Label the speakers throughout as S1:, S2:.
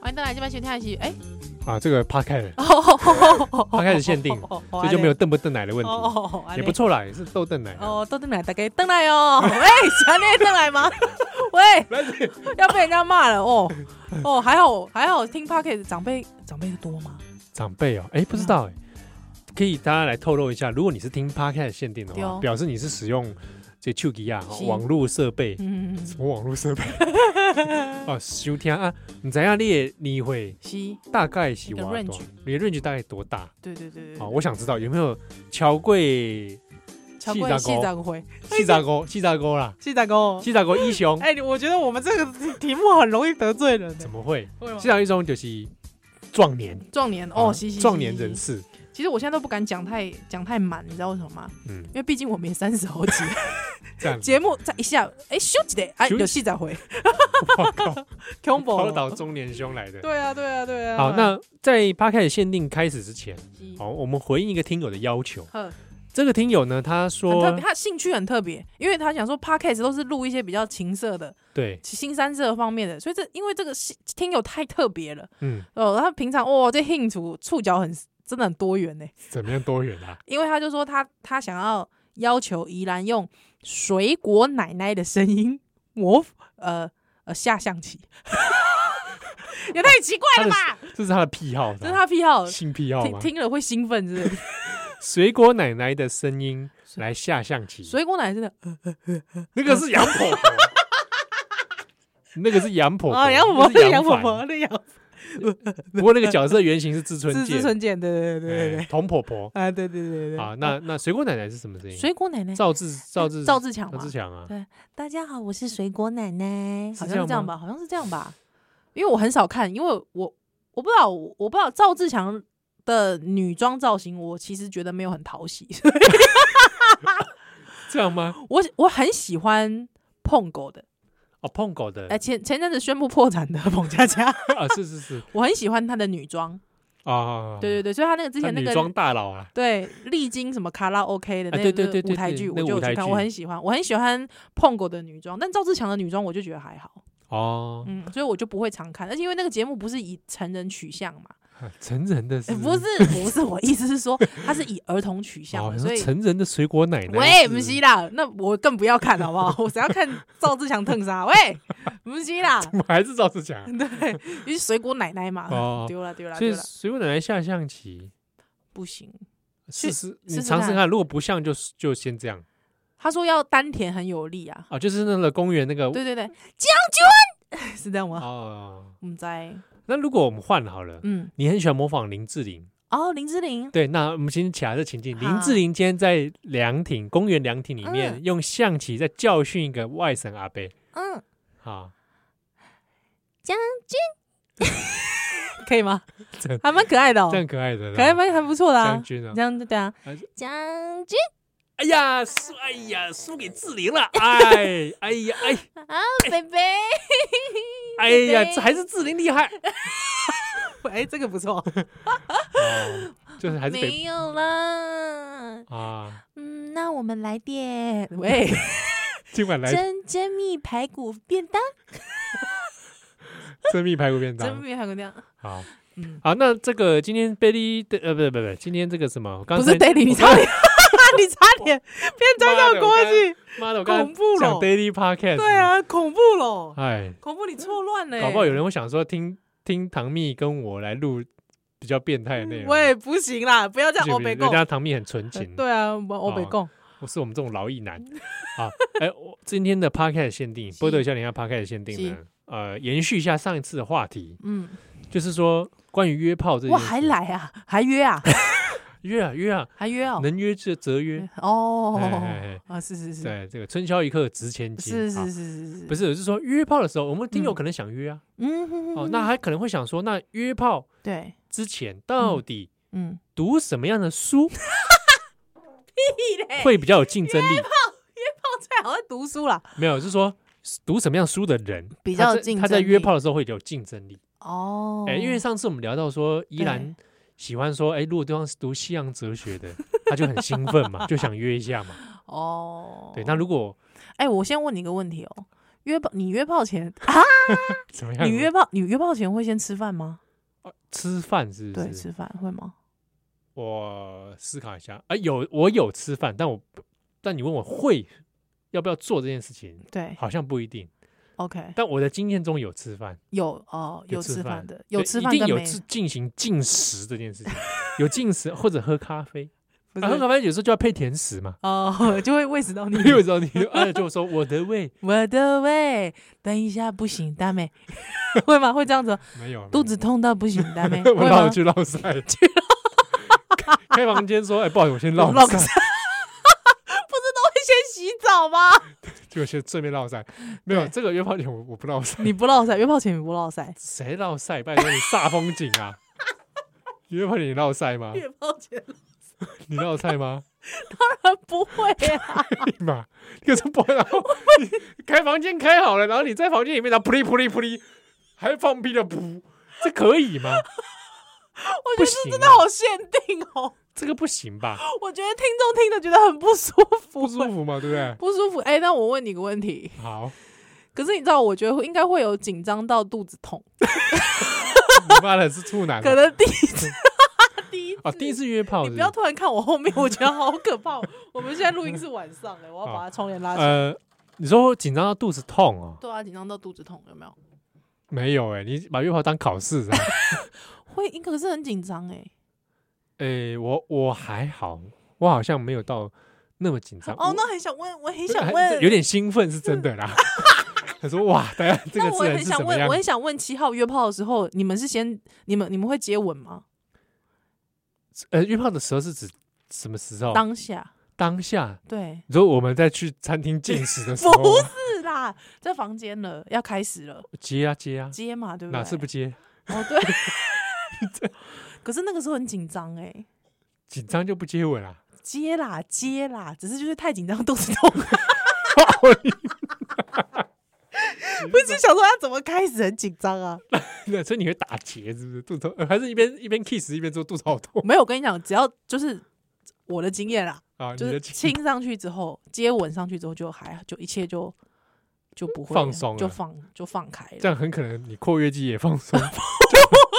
S1: 欢迎大家这边收听的是哎，
S2: 啊，这个 podcast
S1: 哦他
S2: Podcast 限定所以就没有瞪不瞪奶的问题，
S1: 啊哦，
S2: 也不错啦，也是逗瞪奶啊。
S1: 哦，都邓来，大家邓来哦，喂，小内邓来吗？喂，
S2: 不是
S1: 要被人家骂了哦哦，还好还好，听 p o c k e t 长辈长辈多吗？
S2: 长辈哦，哎，不知
S1: 嗯
S2: 道哎，可以大家来透露一下，如果你是听 podcast 限定的
S1: 对
S2: 话，
S1: 哦
S2: 表示你是使用这 q g 啊
S1: 是
S2: 网络设备，
S1: 嗯，
S2: 什么网络设 备啊，收听啊，你怎样你的你会
S1: 是，
S2: 大概喜
S1: 那个
S2: 欢
S1: range 嗯
S2: 多少？你的 range 大概多大？
S1: 对对对对，
S2: 啊，我想知道有没有乔贵
S1: 超过细
S2: 高
S1: 长回，
S2: 细杂高细杂高啦，
S1: 细长哥，
S2: 细杂高一雄
S1: 哎，我觉得我们这个题目很容易得罪人，
S2: 怎么会？
S1: 会吗
S2: 西藏一中就是壮年
S1: 壮年
S2: 啊
S1: 哦，是是
S2: 壮年人。士，
S1: 其实我现在都不敢讲太讲太满，你知道为什么吗？
S2: 嗯，
S1: 因为毕竟我们也三十好几，
S2: 这样子
S1: 节目再一下，哎，休几的，哎，
S2: 休息
S1: 有戏再回，
S2: 我靠，
S1: 恐怖
S2: 抛
S1: 了。
S2: 到中年兄来的。
S1: 对啊，对啊，对啊。
S2: 好，那在 p 开始限定开始之前，
S1: 是
S2: 好，我们回应一个听友的要求。
S1: 呵
S2: 这个听友呢，他
S1: 很特
S2: 说
S1: 别，，他兴趣很特别，因为他想说 podcast 都是录一些比较情色的、
S2: 对，
S1: 新三色方面的，所以这因为这个兴听友太特别了
S2: 嗯，
S1: 哦，他平常哦这 hint 触触角很真的很多元呢，
S2: 怎么样多元啊？
S1: 因为他就说他他想要要求宜兰用水果奶奶的声音模仿呃呃下象棋， 也太奇怪了吧？
S2: 这是他的哦癖好，
S1: 这是他癖好，
S2: 性癖好
S1: 听
S2: 吗？
S1: 听了会兴奋之类的。
S2: 水果奶奶的声音来下象棋，
S1: 水果奶奶真的
S2: 那个是杨婆 婆，那个是杨婆婆，
S1: 啊，杨婆
S2: 哦那
S1: 婆，
S2: 是
S1: 杨婆
S2: 凡
S1: 婆，那杨
S2: 不过那个角色原型 是志村
S1: 是
S2: 健
S1: 志，村健，对对对对对
S2: 哎，童婆婆。
S1: 啊，对对对对对。
S2: 啊，那那水果奶奶是什么声音？
S1: 水果奶奶，
S2: 赵志赵志
S1: 赵志强
S2: 赵
S1: 嘛
S2: 志。强啊，
S1: 大家好，我是水果奶奶，
S2: 是
S1: 好
S2: 这
S1: 像
S2: 样
S1: 是这样
S2: 吗
S1: 吧？好像是这样吧？因为我很少看，因为我我不知道，我我不知道赵志强的女装造型，我其实觉得没有很讨喜。
S2: 这样吗？
S1: 我我很喜欢碰狗的，
S2: 哦，碰狗的
S1: 哎、前前阵子宣布破产的彭佳佳，
S2: 啊，是是是
S1: 我很喜欢她的女装。
S2: 啊，
S1: 对对对，所以她那个之
S2: 之
S1: 前那
S2: 女
S1: 个
S2: 装大佬啊，
S1: 对，历经什么卡拉 OK 的
S2: 啊
S1: 那
S2: 对对
S1: 个
S2: 对对
S1: 舞台
S2: 对
S1: 剧，我
S2: 那
S1: 就
S2: 舞
S1: 有
S2: 台
S1: 去看，
S2: 剧
S1: 我很喜欢，我很喜欢碰狗的女装，但赵志强的女装我就觉得还好，
S2: 哦，
S1: 嗯，所以我就不会常看，而且因为那个节目不是以成人取向嘛，
S2: 啊成人的
S1: 诶嗯
S2: 是
S1: 哎不是不是，我意思是说它是以儿童取向
S2: 哦，
S1: 的，
S2: 你
S1: 所
S2: 说
S1: 以
S2: 成人的水果奶奶，
S1: 喂，不是啦，那我更不要看好不好？ 我只要看赵志强蹭啥，喂，不是啦，
S2: 我还是赵志强啊
S1: 对，因为水果奶奶嘛，
S2: 哦，
S1: 丢了丢了
S2: 所以
S1: 丢了，
S2: 水果奶奶下象棋，
S1: 不行。
S2: 试试你
S1: 试试
S2: 尝试
S1: 看
S2: 看，如果不像就就先这样
S1: 他说要丹田很有力啊，
S2: 啊，就是那个公园那个
S1: 对对对，将军 是这样吗？
S2: 哦，
S1: 我们在
S2: 那如果我们换好了，
S1: 嗯。
S2: 你很喜欢模仿林志玲。
S1: 哦，林志玲，
S2: 对，那我们先起来这情境，
S1: 好
S2: 林志玲今天在凉亭公园凉亭里面、
S1: 嗯
S2: 用象棋在教训一个外省阿伯。啊
S1: 嗯，
S2: 好，
S1: 可以吗
S2: 这？
S1: 还蛮可爱的哦
S2: 这，样可爱的啦，
S1: 可爱蛮还不错的啊
S2: 将。军啊
S1: 这！样对啊
S2: 还，
S1: 将军
S2: 哎呀，输！哎呀，输给志玲了！ 哎，哎呀，哎，
S1: 啊，贝贝，
S2: 哎呀，这还是志玲厉害。
S1: 哎，这个不错，
S2: 哦，就是 还是北
S1: 没有啦。
S2: 啊，
S3: 嗯，那我们来点
S1: 喂，
S2: 今晚 来
S3: 蒸蒸蜜排骨便当。
S2: 蒸蜜排骨便
S1: 真
S2: 当。
S1: 没有看过这样，
S2: 好，
S1: 嗯，
S2: 好，那这个今天贝利的呃，不是不是不是，今天这个什么？我刚
S1: 不
S2: 才
S1: 是 daily，你差点， 你差点变转到国去，
S2: 妈的，我 刚
S1: 恐
S2: 才
S1: 怖
S2: 讲
S1: 了，
S2: daily podcast。
S1: 对，啊，恐怖了，
S2: 哎，
S1: 恐怖，你错乱了，
S2: 搞不好有人会想说听听唐蜜跟我来录比较变态的内容，
S1: 喂，不行啦，不要这样
S2: 不
S1: 欧
S2: 行
S1: 北
S2: 人
S1: 共，
S2: 家哦唐蜜很纯
S1: 呃
S2: 情，
S1: 对啊，我欧北共，
S2: 不是我们这种老艺男啊。哎，我今天的 podcast 限定，波多笑脸下 podcast 限定呢，呃，延续一下上一次的话题，
S1: 嗯，
S2: 就是说关于约炮这件
S1: 哇，
S2: 事
S1: 还来啊，还约 啊，
S2: 约啊约啊，
S1: 还约哦，
S2: 能约就则约。
S1: 哦
S2: 哎哎
S1: 啊，是是
S2: 哎
S1: 是，
S2: 对，这个春宵一刻值千金，
S1: 是
S2: 啊
S1: 是是是是，
S2: 不
S1: 是，
S2: 是，我是说约炮的时候，我们听友
S1: 嗯
S2: 可能想约啊，
S1: 嗯，
S2: 哦，那还可能会想说，那约炮
S1: 对，
S2: 之前到底
S1: 嗯，
S2: 读什么样的书会比较有竞争力？
S1: 最好会读书啦，
S2: 没有，就是说读什么样书的人
S1: 比
S2: 他
S1: 较
S2: 在
S1: 竞争
S2: 他在约
S1: 力
S2: 炮的时候会有竞争力。
S1: 哦
S2: 哎，因为上次我们聊到说，依然喜欢说，哎，如果对方是读西洋哲学的，他就很兴奋嘛，就想约一下嘛。
S1: 哦，
S2: 对，那如果
S1: 哎，我先问你一个问题哦，约炮，你约炮 前，啊
S2: 怎么样？
S1: 你约炮，你约炮前会先吃饭吗？
S2: 吃饭是不
S1: 对，
S2: 是？
S1: 吃饭会吗？
S2: 我思考一下，哎、有我有吃饭，但我不但你问我会要不要做这件事情，
S1: 对
S2: 好像不一定。
S1: ，OK，
S2: 但我的经验中有吃饭，
S1: 有哦，
S2: 有
S1: 有
S2: 吃
S1: 吃
S2: 饭
S1: 饭的，有
S2: 对
S1: 吃
S2: 一
S1: 饭
S2: 定
S1: 跟
S2: 有
S1: 没
S2: 进进行进食这件事情，有进食或者喝咖啡，
S1: 不
S2: 啊、喝
S1: 是
S2: 咖啡有时候就要配甜食嘛。
S1: 哦，就会喂食到你
S2: 因。为有时候你哎，就说我的胃
S1: 我的胃，等一下不行，大妹， 会吗？会这样子，
S2: 没有
S1: 肚子，痛到不行，大妹，
S2: 没有 我
S1: 会
S2: 让我
S1: 吗？
S2: 去绕赛，去开房间说，哎，不好意思，我先绕
S1: 绕
S2: 赛，
S1: 先洗澡吗？
S2: 就先顺便绕赛。没有
S1: 对
S2: 这个约炮点，我我不绕赛，
S1: 你不落塞，约炮前你不落塞，
S2: 谁绕赛？拜托你煞风景啊！约炮点你绕赛吗？
S1: 约炮前
S2: 你绕赛吗？
S1: 当然 不会啊，
S2: 立马，你这不然后你开房间开好了，然后你在房间里面，然后噗哩噗哩噗哩，还放屁的噗，这可以吗？
S1: 我觉
S2: 不
S1: 得这
S2: 行啊
S1: 真的好限定哦，
S2: 这个不行吧？
S1: 我觉得听众听的觉得很不舒服，
S2: 不舒服嘛，对不对？
S1: 不舒服。哎、那我问你个问题，
S2: 好，
S1: 可是你知道，我觉得应该会有紧张到肚子痛，
S2: 你妈的是处男
S1: 可
S2: 啊
S1: 能第 一次，第一次
S2: 啊！第一次约炮
S1: 你
S2: 是
S1: 不
S2: 是
S1: 要突然看我后面，我觉得好可怕。哦我们现在录音是晚上哎、我要把它窗帘拉起来。
S2: 哦呃，你说紧张到肚子痛哦？
S1: 对啊，紧张到肚子痛有没有？
S2: 没有哎、你把约炮当考 试是吧？
S1: 会，应该可是很紧张哎。
S2: 哎、我我还好，我好像没有到那么紧
S1: 哦
S2: 张。啊我，
S1: 那很想问，我很
S2: 对
S1: 想
S2: 还
S1: 问，嗯
S2: 有点兴奋是真的啦。 他说哇，大家这
S1: 那
S2: 个
S1: 我
S2: 自
S1: 也很
S2: 然是怎
S1: 想
S2: 么
S1: 问，
S2: 样
S1: 我？很想问七号约炮的时候，你们是先你们你们会接吻吗？
S2: 呃，约炮的时候是指什么时候？
S1: 当下
S2: 当下，
S1: 对，
S2: 你说我们在去餐厅进食的时候
S1: 不
S2: 吗，
S1: 是啦，在房间了，要开始了，
S2: 接啊接啊，
S1: 接嘛，对不对？
S2: 哪次不接？
S1: 哦， 对。 可是那个时候很紧张哎，
S2: 紧张就不接吻啊？
S1: 接啦接啦，只是就是太紧张，肚子痛， 不是想说要怎么开始很紧张 啊？
S2: 那所以你会打结是不是？肚子痛呃还是一边一边 kiss 一边说肚子好痛
S1: 没有，我跟你讲，只要就是我的经验啦，
S2: 啊？
S1: 就
S2: 你
S1: 是
S2: 的亲
S1: 亲上去之后，接吻上去之后就还就一切就就不会
S2: 放松了
S1: 就放就放开
S2: 这
S1: 了，
S2: 样很可能你括约肌也 放松，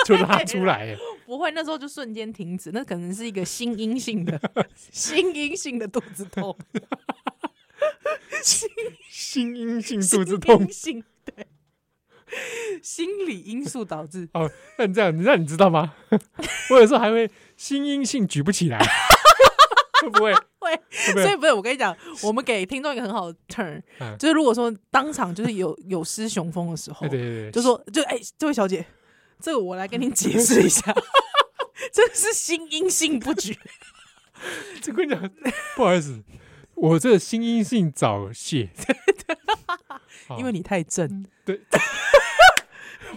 S2: 就就拉出来耶。
S1: 不会那时候就瞬间停止，那可能是一个心因性的 心因性的肚子痛，
S2: 心阴性
S1: 心
S2: 肚子 痛
S1: 因性对。心理因素导 致，
S2: 哦，那你这样，那你知 道吗？我有时候还会心阴性举不起来，会不会？
S1: 会
S2: 会不
S1: 所以
S2: 会？
S1: 不是我跟你讲，我们给听众一个很好的 turn，、
S2: 啊 嗯
S1: 就是如果说当场就是有有失雄风的时候
S2: 哎，对，对对，
S1: 就说就哎、这位小姐，这个我来跟您解释一下， 这个是心因性不 举，
S2: 这跟你讲，不好意思，我这心因性早泄，好
S1: 因为你太正，
S2: 对，哦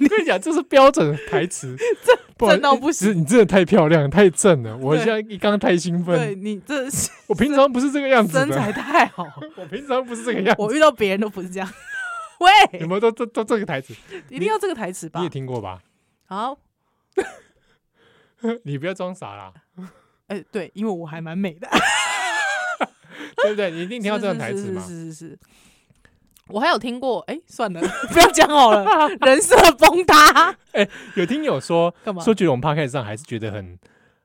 S2: 我跟你讲，这是标准的 台词，这
S1: 正到不行，
S2: 你真的太漂亮，太正了，我
S1: 对
S2: 现在一刚太兴
S1: 对
S2: 奋，
S1: 你这是
S2: 我平常不是这个样子
S1: 身
S2: 的，
S1: 材太好，
S2: 我平常不是这个样子，
S1: 我遇到别人都不是这样。
S2: 你
S1: 喂，
S2: 们都都都这个台词，
S1: 一定要这个台词
S2: 你
S1: 吧
S2: 也？听过吧？
S1: 好，
S2: 你不要装傻啦，
S1: 哎、对，因为我还蛮美的，
S2: 对不对？你一定听到这种台词
S1: 是
S2: 嘛？
S1: 是是是是。我还有听过，哎、算了， 不要讲好 了，人设崩塌，
S2: 有听友说
S1: 干嘛？
S2: 说觉得我们 p o d c a s 上还是觉得很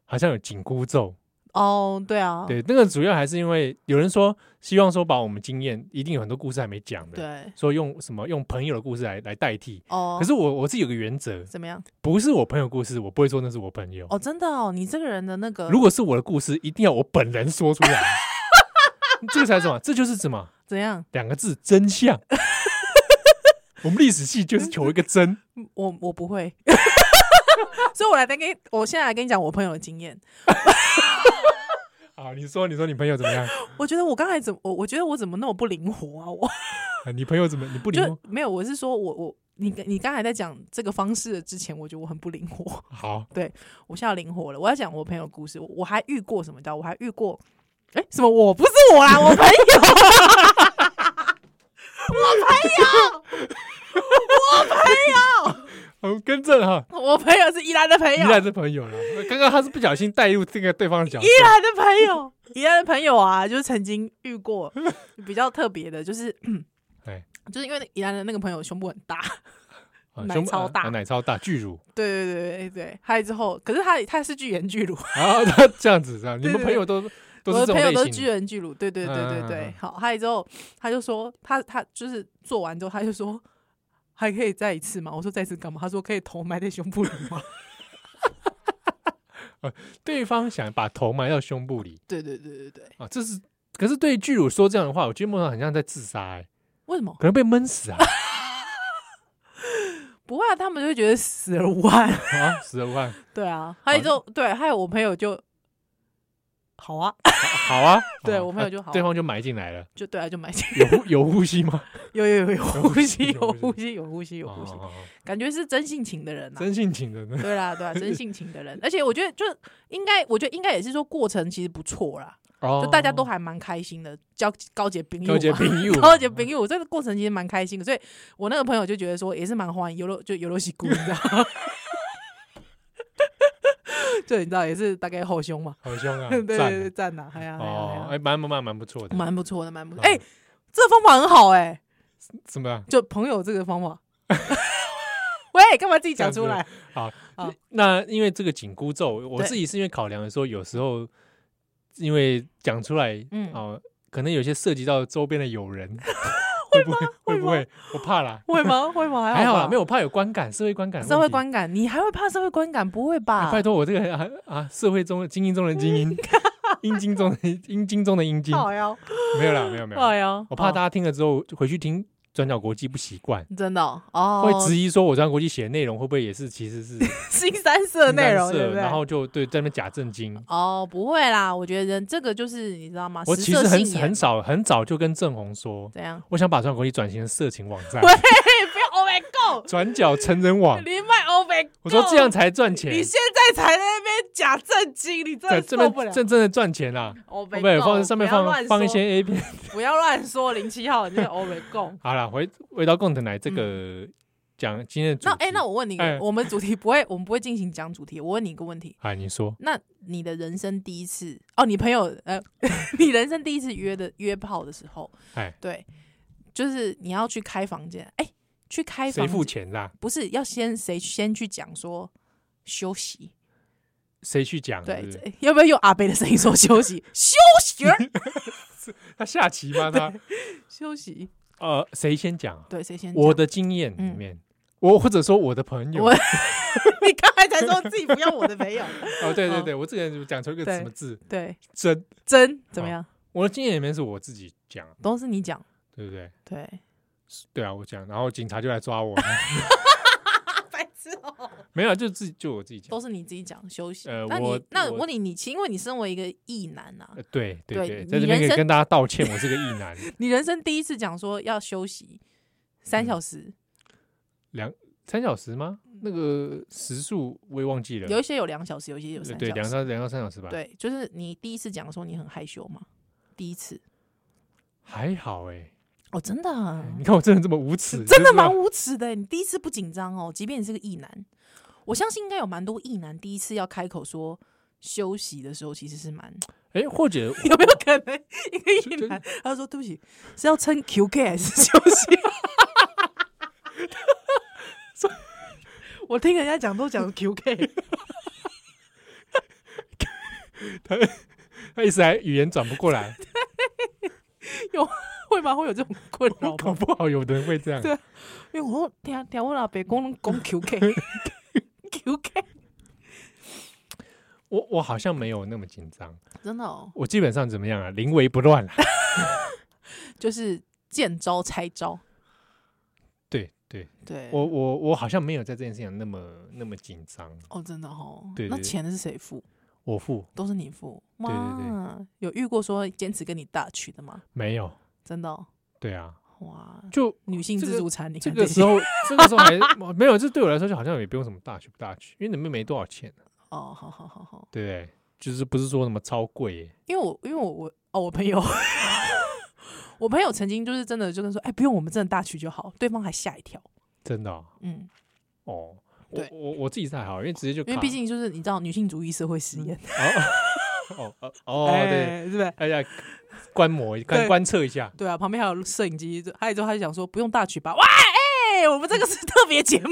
S2: 好像有紧箍咒，
S1: 哦，对啊，
S2: 对，那个主要还是因为有人说希望说把我们经验，一定有很多故事还没讲的，
S1: 对，
S2: 说用什么用朋友的故事来来代替。
S1: 哦，
S2: 可是我我是有个原则，
S1: 怎么样？
S2: 不是我朋友故事，我不会说那是我朋友。
S1: 哦，真的哦，你这个人的那个
S2: 如果是我的故事，一定要我本人说出来， 这个才是什么？这就是什么？
S1: 怎样？
S2: 两个字 真相。我们历史系就是求一个真，
S1: 我我不会， 所以我来再跟我现在来跟你讲我朋友的经验。
S2: 啊，你说，你说你朋友怎么样？
S1: 我觉得我刚才怎么，我我觉得我怎么那么不灵活啊？我
S2: 啊你朋友怎么？你不理
S1: 就
S2: 我？
S1: 没有，我是说我我你你刚才在讲这个方式之前，我觉得我很不灵活，
S2: 好，
S1: 我现在灵活了。我要讲我朋友的故事，我我还遇过什么？你知道，我还遇过，哎、什么？我不是我啦，我朋友，
S2: 我更正嗯哈，
S1: 我朋友是宜兰的朋
S2: 依
S1: 友，
S2: 然是朋友了。刚刚他是不小心带入这个对方的角色
S1: 宜，兰的朋友，宜兰的朋友啊，就是曾经遇过比较特别的，就是
S2: 哎，
S1: 就是因为宜兰的那个朋友胸部很大，
S2: 啊
S1: 奶
S2: 胸部
S1: 超
S2: 啊
S1: 大
S2: 啊奶超大，巨乳
S1: 对对对对对，还有之后，可是他他是巨人巨乳，
S2: 啊，他这样子这样，你
S1: 对
S2: 们
S1: 对
S2: 朋友都都
S1: 我
S2: 是
S1: 的
S2: 这
S1: 朋友都
S2: 种
S1: 是
S2: 类
S1: 巨
S2: 型
S1: 人巨乳，对对对对对，
S2: 嗯嗯嗯嗯
S1: 好，还有之后他就说他他就是做完之后他就说还可以再一次吗？我说再一次干嘛？他说可以头埋在胸 部里吗？
S2: 对方想把头埋到胸部里
S1: 对对对对对，
S2: 啊，这是可是对巨乳说这样的话，我觉得梦上很像在自杀、欸，
S1: 为什么？
S2: 可能被闷死啊
S1: 不会啊，他们就会觉得死而无憾。
S2: 啊，十二万，
S1: 对啊，还有之后对，还有我朋友就好啊，
S2: 好好啊，
S1: 对
S2: 好啊
S1: 我朋友
S2: 啊
S1: 就好啊
S2: 对方就埋进来了，
S1: 就对啊，就买进去。
S2: 有呼 有呼吸吗？
S1: 有有有有
S2: 呼
S1: 呼吸
S2: 吸
S1: 有
S2: 有
S1: 呼
S2: 呼
S1: 吸有呼吸有呼吸
S2: 哦，哦哦
S1: 感觉是真性情的人啊。
S2: 真性情的呢，
S1: 对啊啦，对啦，真性情的人，而且我觉得就应该，我觉得应该也是说过程其实不错啦，
S2: 哦
S1: 就大家都还蛮开心的，交高洁冰友嘛，
S2: 高洁 朋友，
S1: 高洁冰友，我这个过程其实蛮开心的，所以我那个朋友就觉得说也是蛮欢迎，有了就有了西姑，你知道吗？ 对，你知道也是大概后胸嘛，
S2: 好凶啊，
S1: 对 对
S2: 赞
S1: 对，
S2: 啊
S1: 赞呐，哎呀，哎呀
S2: 哦，
S1: 哎
S2: 哎，
S1: 呀
S2: 蛮蛮蛮蛮不错的，
S1: 蛮不错的，蛮不错，
S2: 嗯
S1: 哎，这个方法很好哎、
S2: 怎么样？
S1: 就朋友这个方 法。喂，干嘛自己讲出来？好
S2: 那因为这个紧箍咒，我
S1: 对
S2: 自己是因为考量的时候，有时候因为讲出来，
S1: 嗯
S2: 哦、可能有些涉及到周边的友人，会不会会不
S1: 会
S2: 会？我怕啦，
S1: 会吗？会吗？
S2: 还好
S1: 吧
S2: 啦，没有我怕有观感，社会观感的问题，
S1: 社会观感，你还会怕社会观感？不会
S2: 哎、
S1: 吧？
S2: 拜托我这个啊啊，社会中的精英中的精英，阴茎中的阴茎中的阴茎，
S1: 好呀，
S2: 没有啦，没有没有，
S1: 好呀，
S2: 我怕大
S1: 哦
S2: 家听了之后回去听转角国际不习惯。
S1: 真的哦哦，
S2: 会质疑说，我转角国际写的内容会不会也是其实是
S1: 新三色内容，
S2: 新三色
S1: 对不对？
S2: 然后就对在那边假正经，
S1: 哦，不会啦，我觉得人这个就是你知道吗？
S2: 我
S1: 食
S2: 其
S1: 色
S2: 实很
S1: 性也
S2: 很少很早就跟郑红说，
S1: 怎样，
S2: 我想把转角国际转型成色情网站
S1: 喂，不要 Oh my God，
S2: 转角成人网。
S1: 你卖 Oh my God，
S2: 哦我说这样才赚钱，
S1: 你现在才在那边假正经，你真
S2: 在
S1: 的
S2: 这
S1: 受不了
S2: 边。真正的赚钱啦。
S1: Oh
S2: 我
S1: my
S2: 们
S1: God，
S2: 放上面
S1: 不要
S2: 放
S1: 乱
S2: 放一
S1: 说
S2: 些 A 片。
S1: 不要乱说零七号，你这 Oh my God。
S2: 好啦，回回到共同来这个讲今天的
S1: 嗯
S2: 主
S1: 那
S2: 题。
S1: 哎，那我问你一个
S2: 哎，
S1: 我们主题不会，我们不会进行讲主题。我问你一个问题，
S2: 哎，你说
S1: 那你的人生第一次哦，你朋友呃， 你人生第一次约的约炮的时候，
S2: 哎，
S1: 对，就是你要去开房间，哎、去开
S2: 谁
S1: 房
S2: 付
S1: 间
S2: 钱啦？
S1: 不是要先谁先去讲说休息，
S2: 谁去讲？是
S1: 对
S2: 不是，
S1: 这要不要用阿贝的声音说休 息？休息儿，
S2: 他下棋吗？他
S1: 休息，
S2: 呃，谁先讲啊？
S1: 对，谁先讲？嗯
S2: 我的经验里面，我或者说我的朋友
S1: 我， 你刚才才说自己不要我的朋 友，
S2: 哦，对对
S1: 嗯
S2: 对，我这个人讲出一个
S1: 对
S2: 什么字？
S1: 对，
S2: 真。
S1: 真怎么
S2: 好
S1: 样？
S2: 我的经验里面是我自己讲，
S1: 都是你讲，
S2: 对不对？
S1: 对，
S2: 对啊，我讲，然后警察就来抓我，
S1: 白痴哦、
S2: 没有，啊就自己就我自己讲。
S1: 都是你自己讲休息。
S2: 呃
S1: 那
S2: 我
S1: 你那
S2: 我
S1: 我问你，你其因为你身为一个异男啊，
S2: 呃对对
S1: 对
S2: 对，
S1: 你
S2: 在这边
S1: 人
S2: 可以
S1: 生
S2: 跟大家道歉，我是个异男，
S1: 你人生第一次讲说要休息三
S2: 嗯
S1: 小时，
S2: 三小时吗？那个时速我也忘记了，
S1: 有一些有两小时，有一些有三
S2: 啊呃对
S1: 小
S2: 两
S1: 时。
S2: 到两到三小时吧。，
S1: 对，就是你第一次讲说你很害羞嘛，第一次
S2: 还好哎，
S1: 哦，真的、啊
S2: 你看我这人这么无耻，
S1: 真的
S2: 吗
S1: 蛮？无耻的。你第一次不紧张哦，即便你是个异男，我相信应该有蛮多异男第一次要开口说休息的时候，其实是 蛮
S2: 哎，或者
S1: 有没有可能一个异
S2: 真
S1: 男他说对不起是要称 QK 还是休息？ 我听人家讲都讲 QK，
S2: 他一时还语言转不过来，
S1: 会吗？会有这种困扰吗？
S2: 搞不好有的人会这样。
S1: 对啊因为我说听听我老爸讲拢讲 QK QK，
S2: 我我好像没有那么紧张，
S1: 真的哦，
S2: 我基本上怎么样啊？临危不乱啦。
S1: 就是见招拆招。
S2: 对对，
S1: 对，
S2: 我我我好像没有在这件事情上那么那么紧张，
S1: 哦，真的哦。
S2: 对
S1: 那
S2: 对
S1: 钱是谁付？
S2: 我付
S1: 都是你付。
S2: 对对
S1: 哇，有遇过说坚持跟你大取的吗？
S2: 没有。
S1: 真的哦、
S2: 对啊，
S1: 哇，
S2: 就
S1: 女性
S2: 这
S1: 自
S2: 个
S1: 助餐，你
S2: 这
S1: 看
S2: 个
S1: 些
S2: 时候，这个时候还 没有，这对我来说就好像也不用什么大去不大去，因为你们没多少钱、啊，
S1: 哦，好好好好，
S2: 对不对？就是不是说什么超贵耶、
S1: 因为我因为我我哦，我朋友， 我朋友曾经就是真的就跟说，哎，不用，我们真的大取就好，对方还吓一跳。
S2: 真的哦。
S1: 嗯，
S2: 哦我
S1: 对
S2: 我我自己是还好，因为直接就
S1: 因为
S2: 卡
S1: 毕竟就是你知道女性主义社会实验，
S2: 哦哦哦哦，对，
S1: 哎是不是？
S2: 大家观摩一观
S1: 对
S2: 观测一下，
S1: 对啊，旁边还有摄影机，还有之后他就想说不用大曲吧，哇，哎、我们这个是特别节目，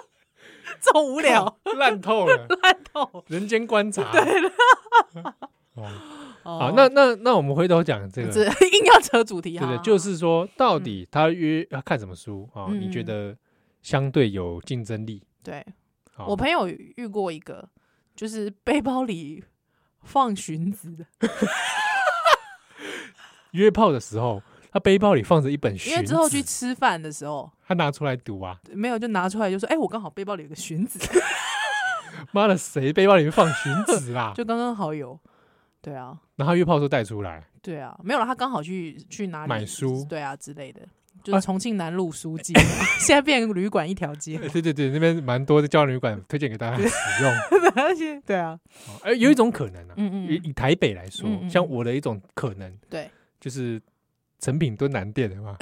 S1: 这么无聊，
S2: 哦烂透了，
S1: 烂透。
S2: 人间观察。对了，哦，
S1: 哦
S2: 好，那那那我们回头讲这个，
S1: 这硬要扯主题
S2: 对
S1: 哈，
S2: 对，
S1: 好
S2: 就是说到底他约要看什么书啊？你觉
S1: 嗯
S2: 得相对有竞争力？
S1: 对
S2: 啊
S1: 我朋友遇过一个，就是背包里放荀子的，
S2: 约炮的时候，他背包里放着一本荀
S1: 因
S2: 子，
S1: 为之后去吃饭的时候
S2: 他拿出来读啊，
S1: 没有就拿出来就说，哎、我刚好背包里有个荀子，？
S2: 妈的，谁背包里面放荀子啦
S1: 就刚刚好有，对啊，
S2: 然后他约炮的时候带出来，
S1: 对啊，没有了，他刚好去去哪里
S2: 买书
S1: 对啊之类的，就
S2: 啊
S1: 是重庆南路书记， 现在变旅馆一条街，
S2: 对对对，那边蛮多的教练旅馆推荐给大家使 用。
S1: 而且对啊，
S2: 哦哎，有一种可能啊，
S1: 嗯
S2: 以
S1: 嗯，
S2: 以台北来说
S1: 嗯，嗯
S2: 像
S1: 嗯
S2: 我的一种可能
S1: 对，
S2: 就是成品敦南店的嘛，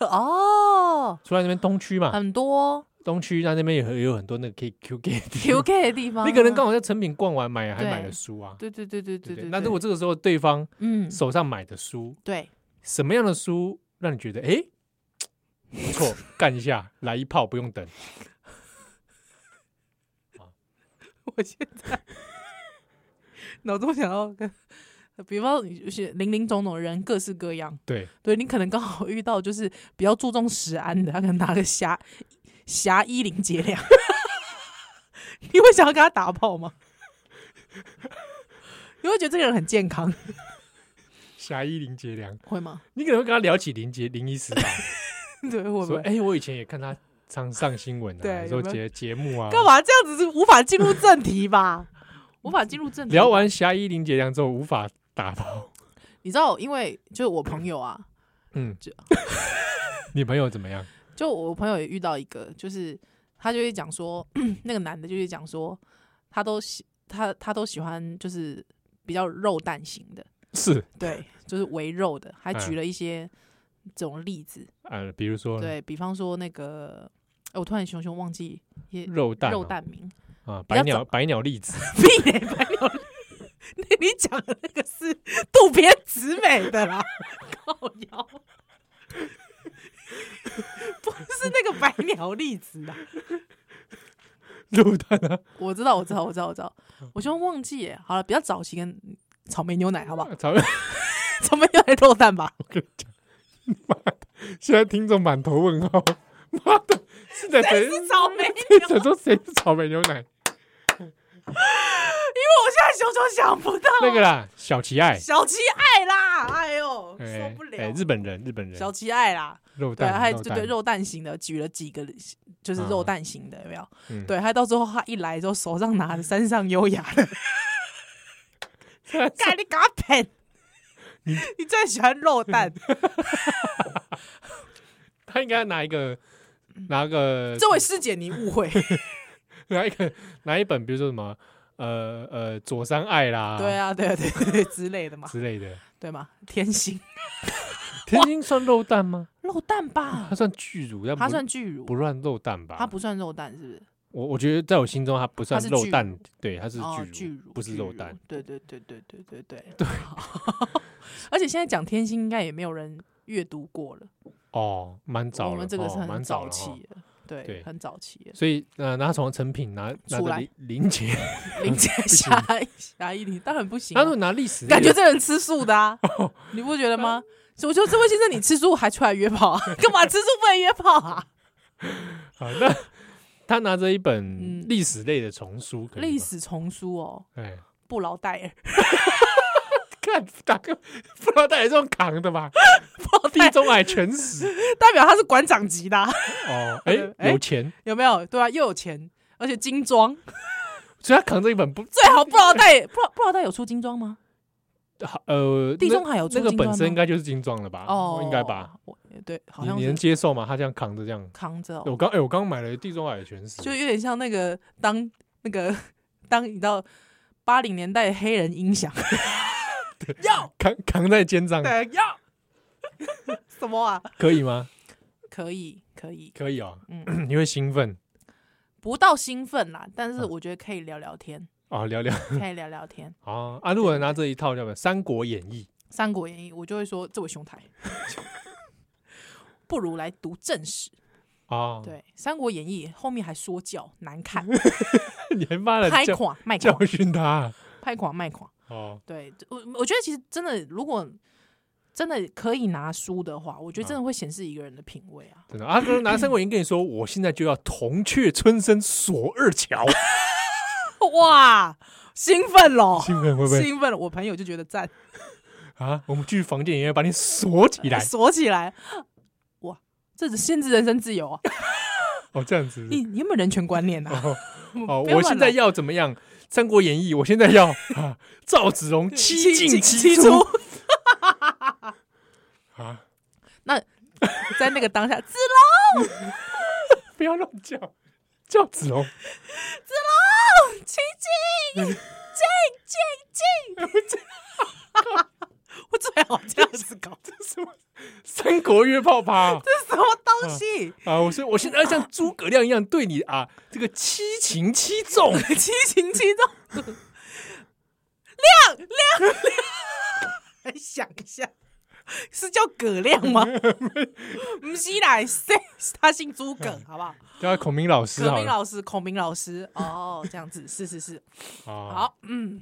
S1: 哦，
S2: 除了那边东区 嘛，
S1: 很多
S2: 东区那那边也有也有很多那个可以 Q 给
S1: QK 的地方啊，
S2: 你可能刚好在成品逛完买还
S1: 对
S2: 买了书啊，
S1: 对对对对
S2: 对
S1: 对
S2: 不对
S1: 对，
S2: 那
S1: 对
S2: 如果这个时候对方
S1: 嗯
S2: 手上买的书，
S1: 对，
S2: 什么样的书让你觉得哎、诶不错，干一下，来一炮不用等，
S1: 我现在脑中想要跟，比方你就是林林总总的人各式各样，
S2: 对，
S1: 对你可能刚好遇到就是比较注重食安的，他可能拿个侠侠衣零节粮， 你会想要跟他打炮吗？ 你会觉得这个人很健康，
S2: 侠医林杰良，
S1: 会吗？
S2: 你可能会跟他聊起林杰林医师吧，
S1: 对，会不
S2: 说
S1: 会？
S2: 哎、诶我以前也看他常上新闻
S1: 对
S2: 啊，
S1: 有
S2: 说
S1: 没有
S2: 节节目啊，
S1: 干嘛这样子是无法进入正题吧？无法进入正题。
S2: 聊，完侠医林杰良之后无法打炮，
S1: 你知道，因为就是我朋友啊，
S2: 嗯
S1: 这，
S2: 你朋友怎么样？
S1: 就我朋友也遇到一个，就是他就会讲说， 那个男的就会讲说，他都喜他他都喜欢就是比较肉蛋型的，
S2: 是
S1: 对， 就是围肉的，还
S2: 嗯
S1: 举了一些这种例子，
S2: 呃，比如说
S1: 对比方说那个，哎、我突然熊熊忘记也
S2: 肉蛋、哦
S1: 肉蛋名，
S2: 啊，
S1: 比
S2: 百
S1: 较
S2: 鸟
S1: 早
S2: 百鸟栗子，
S1: 屁嘞，白鸟。 那你讲的那个是渡边直美的啦， 靠腰， 不是那个白鸟栗子啊。
S2: 肉蛋啊，
S1: 我知道，我知道，我知道，我知道，
S2: 嗯
S1: 我就忘记耶。好了，比较早期跟草莓牛奶，好不好？
S2: 草
S1: 草莓牛奶肉蛋 吧，
S2: 我跟你讲，妈的，现在听众满头问号， 妈的，是在谁
S1: 是草莓牛。
S2: 在说谁是草莓牛奶？
S1: 我现在熊熊想不到
S2: 那个啦，小奇爱，
S1: 小七爱啦，哎呦，受
S2: 哎
S1: 不
S2: 哎
S1: 了。
S2: 日本人，日本人，
S1: 小七爱啦，
S2: 肉
S1: 对，啊
S2: 蛋，
S1: 还
S2: 肉
S1: 对对
S2: 蛋，
S1: 肉蛋型的，举了几个就是
S2: 嗯
S1: 肉蛋型的，有没有？
S2: 嗯
S1: 对，他到最后他一来之后，手上拿着山上优雅的，干你嘎喷，
S2: 你
S1: 你最喜欢肉 蛋，
S2: 他应该拿一个，
S1: 嗯
S2: 拿个，
S1: 这位师姐你误会，
S2: 拿一个，拿一本，比如说什么，呃呃，佐山爱啦，
S1: 对啊，对啊，对对对之类的嘛，
S2: 之类的。
S1: 对吗？天性
S2: 天津算肉蛋吗？
S1: 肉蛋吧
S2: 它，算巨乳，但
S1: 它
S2: 不
S1: 算巨乳
S2: 不，算肉蛋吧？
S1: 它不算肉蛋是不是？
S2: 我我觉得在我心中它不算
S1: 它是
S2: 肉
S1: 巨
S2: 蛋，对，它是
S1: 哦，
S2: 巨
S1: 巨
S2: 乳，不是
S1: 巨
S2: 肉蛋。
S1: 对对对对对对对对。 而且现在讲天星应该也没有人阅读过了，
S2: 哦，蛮早了，
S1: 我们这个是
S2: 哦蛮
S1: 很
S2: 早
S1: 早
S2: 了哦
S1: 期的，对
S2: 对，
S1: 很早期 的。
S2: 所以呃，拿从成品拿拿
S1: 出
S2: 着
S1: 来
S2: 林林杰，
S1: 林家侠 侠义林当然不行啊
S2: 他，说拿历史类的，
S1: 感觉这人吃素的 啊，你不觉得吗？所以我说这位先生，你吃素还出来约炮啊？ 干嘛吃素不能约炮啊？
S2: 好 那他拿着一本
S1: 嗯
S2: 历史类的丛书， 可以吗
S1: 历史丛书哦，
S2: 哎，
S1: 布劳戴尔，
S2: 看大哥不知道带来这种扛的 吧？
S1: 布劳戴
S2: 地
S1: 尔
S2: 中海全史
S1: 代表他是馆长级的啊、
S2: 哦，哎，
S1: 哎
S2: 有钱，
S1: 有没有？对啊，又有钱，而且精装，
S2: 所以他扛着一本不
S1: 最好布劳戴 尔，布劳布劳戴尔有出精装吗？
S2: 好呃，
S1: 地中
S2: 那
S1: 海有出
S2: 那
S1: 精
S2: 个
S1: 装吗
S2: 本身应该就是精装了吧？
S1: 哦，
S2: 应该吧？
S1: 我。对，好
S2: 你
S1: 像
S2: 你能
S1: 是
S2: 接受吗？他这样扛着这样，
S1: 扛着哦、
S2: 我刚哎，我刚买了地中海全史，
S1: 就有点像那个当那个 当你到八零年代黑人音 响，要
S2: 扛扛在肩上，
S1: 对 要什么啊？
S2: 可以吗？
S1: 可以可以，
S2: 可以哦，
S1: 嗯，
S2: 你会兴奋
S1: 不到兴奋啦，但是
S2: 嗯
S1: 我觉得可以聊聊天。
S2: 啊，聊聊
S1: 可以聊聊天。
S2: 啊啊！如果拿这一套叫什么《三国演义
S1: 《三国演义》，我就会说这位兄台， 不如来读正史。》
S2: 啊，
S1: 对，《三国演义》后面还说教难看，
S2: 你还骂了
S1: 拍
S2: 教
S1: 垮卖垮
S2: 教，训他啊
S1: 拍垮卖垮。
S2: 哦，
S1: 对我，我觉得其实真的，如果真的可以拿书的话，我觉得
S2: 啊
S1: 真的会显示一个人的品味 啊。
S2: 真 的啊！如果拿《三国演义》跟你说，我现在就要铜雀春深锁二乔，
S1: 哇，兴奋喽！
S2: 兴奋会不会
S1: 兴奋了，我朋友就觉得赞，
S2: 啊？我们去房间里面把你锁起 来
S1: 锁起来，哇，这是限制人身自由 啊！
S2: 哦，这样子
S1: 你你有没有人权观念啊？
S2: 哦哦，
S1: 不要
S2: 我
S1: 乱
S2: 现在
S1: 来
S2: 要怎么样？《三国演义》，我现在要 啊，赵 子龙七进七出啊！
S1: 那 在那个当下，子
S2: 不要乱叫，叫子龙，
S1: 龙七进进进 进，我最好这样子搞，这
S2: 什么三国约炮趴啊
S1: 是什么东西？
S2: 啊！我说我现在要像诸葛亮一样对你啊，这个七擒七纵，
S1: 七擒七纵， 亮亮亮，来 想一下，是叫葛亮 吗？不是啦，谁？他姓诸葛，好不好？
S2: 叫孔明老师
S1: 葛
S2: 好
S1: 明
S2: 了
S1: 老师，孔明老师，哦，这样 子，是是是，
S2: 啊。
S1: 好，嗯，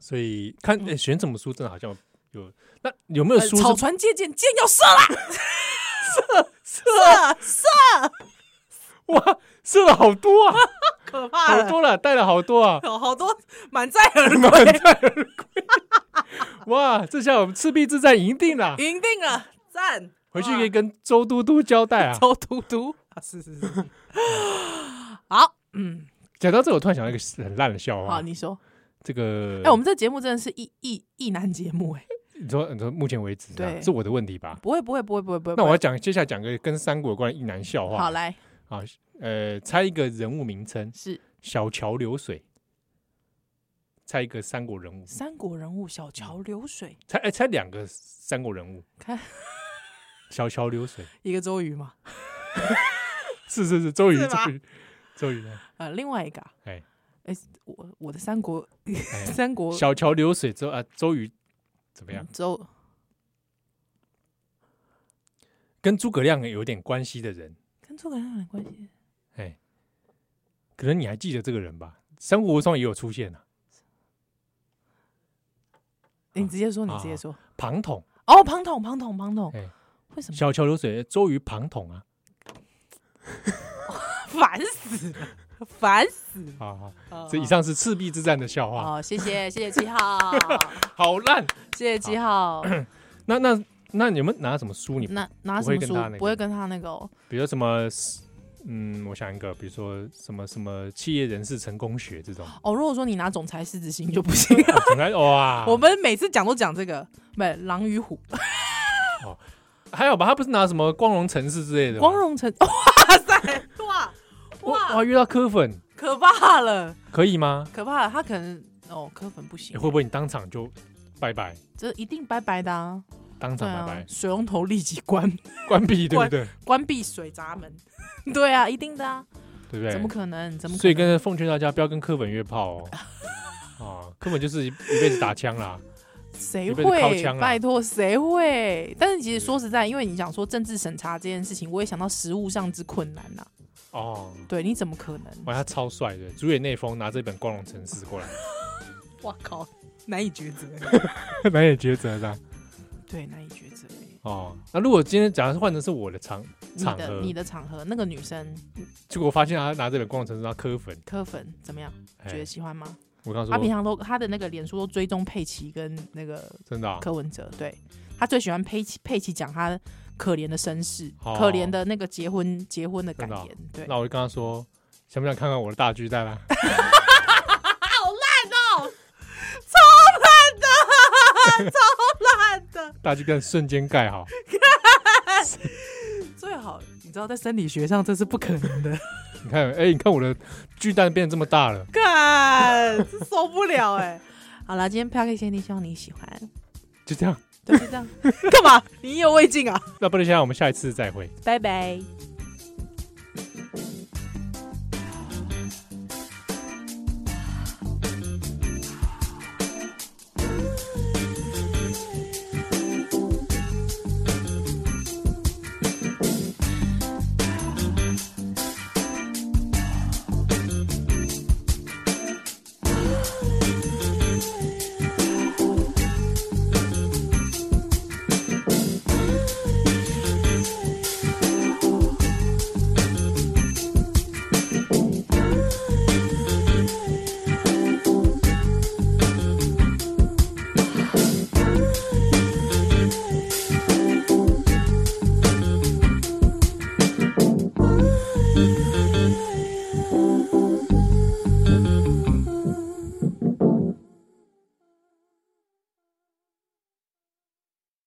S2: 所以看诶选什么书，真的好像有那有没有
S1: 呃
S2: 书
S1: 草
S2: 是
S1: 船借箭，箭要射啦， 射射射，
S2: 哇射了好多啊，
S1: 可怕
S2: 好
S1: 了，
S2: 多了，带了好多啊，
S1: 有好多满载而
S2: 满
S1: 归，
S2: 载而归。哇，这下我们赤壁之战赢定了，
S1: 赢定了，赞！
S2: 回去可以跟周都督交代啊。
S1: 抽嘟嘟 啊，是是是，好，嗯，
S2: 讲到这，我突然想到一个很烂的笑
S1: 好，
S2: 话，
S1: 你说。
S2: 这个
S1: 哎、我们这节目真的是一一一男节目哎、
S2: 你说你说目前为止啊
S1: 对
S2: 是我的问题吧？
S1: 不会不会不会不会不会。
S2: 那我要讲接下来讲个跟三国有关的一男笑话。
S1: 好来
S2: 啊，呃，猜一个人物名称，
S1: 是
S2: 小桥流水。猜一个三国人物，
S1: 三国人物小桥流水，
S2: 猜哎、猜两个三国人物。
S1: 看
S2: 小桥流水
S1: 一个周瑜嘛，
S2: 是是是，周瑜
S1: 是吗
S2: 周瑜周瑜，
S1: 呃，另外一个啊
S2: 哎
S1: 我我的三国
S2: 哎，
S1: 三国
S2: 小桥流水之后啊，周瑜怎么样？
S1: 周
S2: 跟诸葛亮有点关系的人，
S1: 跟诸葛亮有点关系，
S2: 哎，可能你还记得这个人吧？三国无双也有出现啊，啊
S1: 你直接说你直接说。
S2: 庞统，
S1: 哦，庞统庞统庞统
S2: 哎，
S1: 为什么
S2: 小桥流水，周瑜庞统啊，
S1: 烦死了，烦死了！
S2: 啊，
S1: 呃
S2: 这以上是赤壁之战的笑话，
S1: 哦，谢谢谢谢七号，
S2: 好烂。
S1: 谢谢七号。
S2: 那那那你们拿什么书？你
S1: 拿拿什
S2: 不会
S1: 么
S2: 跟
S1: 书
S2: 他那个
S1: 不会跟他那个哦
S2: 比如说什么？嗯，我想一个，比如说什么什么企业人士成功 学这种，
S1: 哦。如果说你拿总裁狮子心就不 行，
S2: 哦整个哇，
S1: 我们每次讲都讲这个，不狼与虎，
S2: 还有吧？他不是拿什么光荣城市之类的吗？
S1: 光荣城， 哇塞，哇
S2: 哇
S1: 哇，
S2: 哇，遇到柯粉
S1: 可怕了，
S2: 可以吗？
S1: 可怕了，他可能哦，柯粉不行
S2: 欸，会不会你当场就拜拜？
S1: 这一定拜拜的啊，
S2: 当
S1: 对
S2: 场
S1: 啊，
S2: 拜拜，
S1: 水龙头立即关
S2: 关闭对不 对？
S1: 关闭水闸门， 对啊，一定的啊，
S2: 对不对？
S1: 怎么可能？怎么可
S2: 所以
S1: 能？
S2: 跟奉劝大家不要跟柯粉约炮哦。啊， 柯粉就是一一辈子打枪啦。
S1: 谁
S2: 一辈子靠
S1: 会
S2: 枪？啊
S1: 拜托，谁会？但是其实说实在，因为你讲说政治审查这件事情，我也想到实物上之困难呐、
S2: 哦，
S1: 对，你怎么可能？
S2: 哇，他超帅的，主演内丰拿这本《光荣城市》过 来，
S1: 哇靠， 难以抉择，
S2: 难以抉择的
S1: 对，难以抉择。
S2: 哦。那如果今天假如换成是我的场
S1: 你
S2: 场
S1: 的
S2: 合，
S1: 你的场合，那个女生
S2: 结果发现他拿这本《光荣城市》他磕粉，
S1: 柯粉怎么样？觉得
S2: 哎，
S1: 喜欢吗？
S2: 我刚
S1: 他平
S2: 说
S1: 常都他的那个脸书都追踪佩奇跟那个
S2: 真的啊，
S1: 柯文哲，对他最喜欢佩奇佩奇讲他可怜的身世，
S2: 哦
S1: 可怜的那个结婚结婚的感
S2: 真的哦
S1: 言，对，
S2: 那我就跟他说，想不想看看我的大巨蛋啊？
S1: 哦 烂的
S2: 大巨蛋瞬间盖好，
S1: 最好你知道在生理学上这是不可能 的，
S2: 你看，哎，你看我的巨蛋变得这么大了。
S1: 看这受不了哎、好了，今天 p a c k 限定，希望你喜欢，
S2: 就这样。
S1: 对，就这样，干嘛？你意犹未尽啊？
S2: 那不然，现在我们下一次再会。
S1: 拜拜。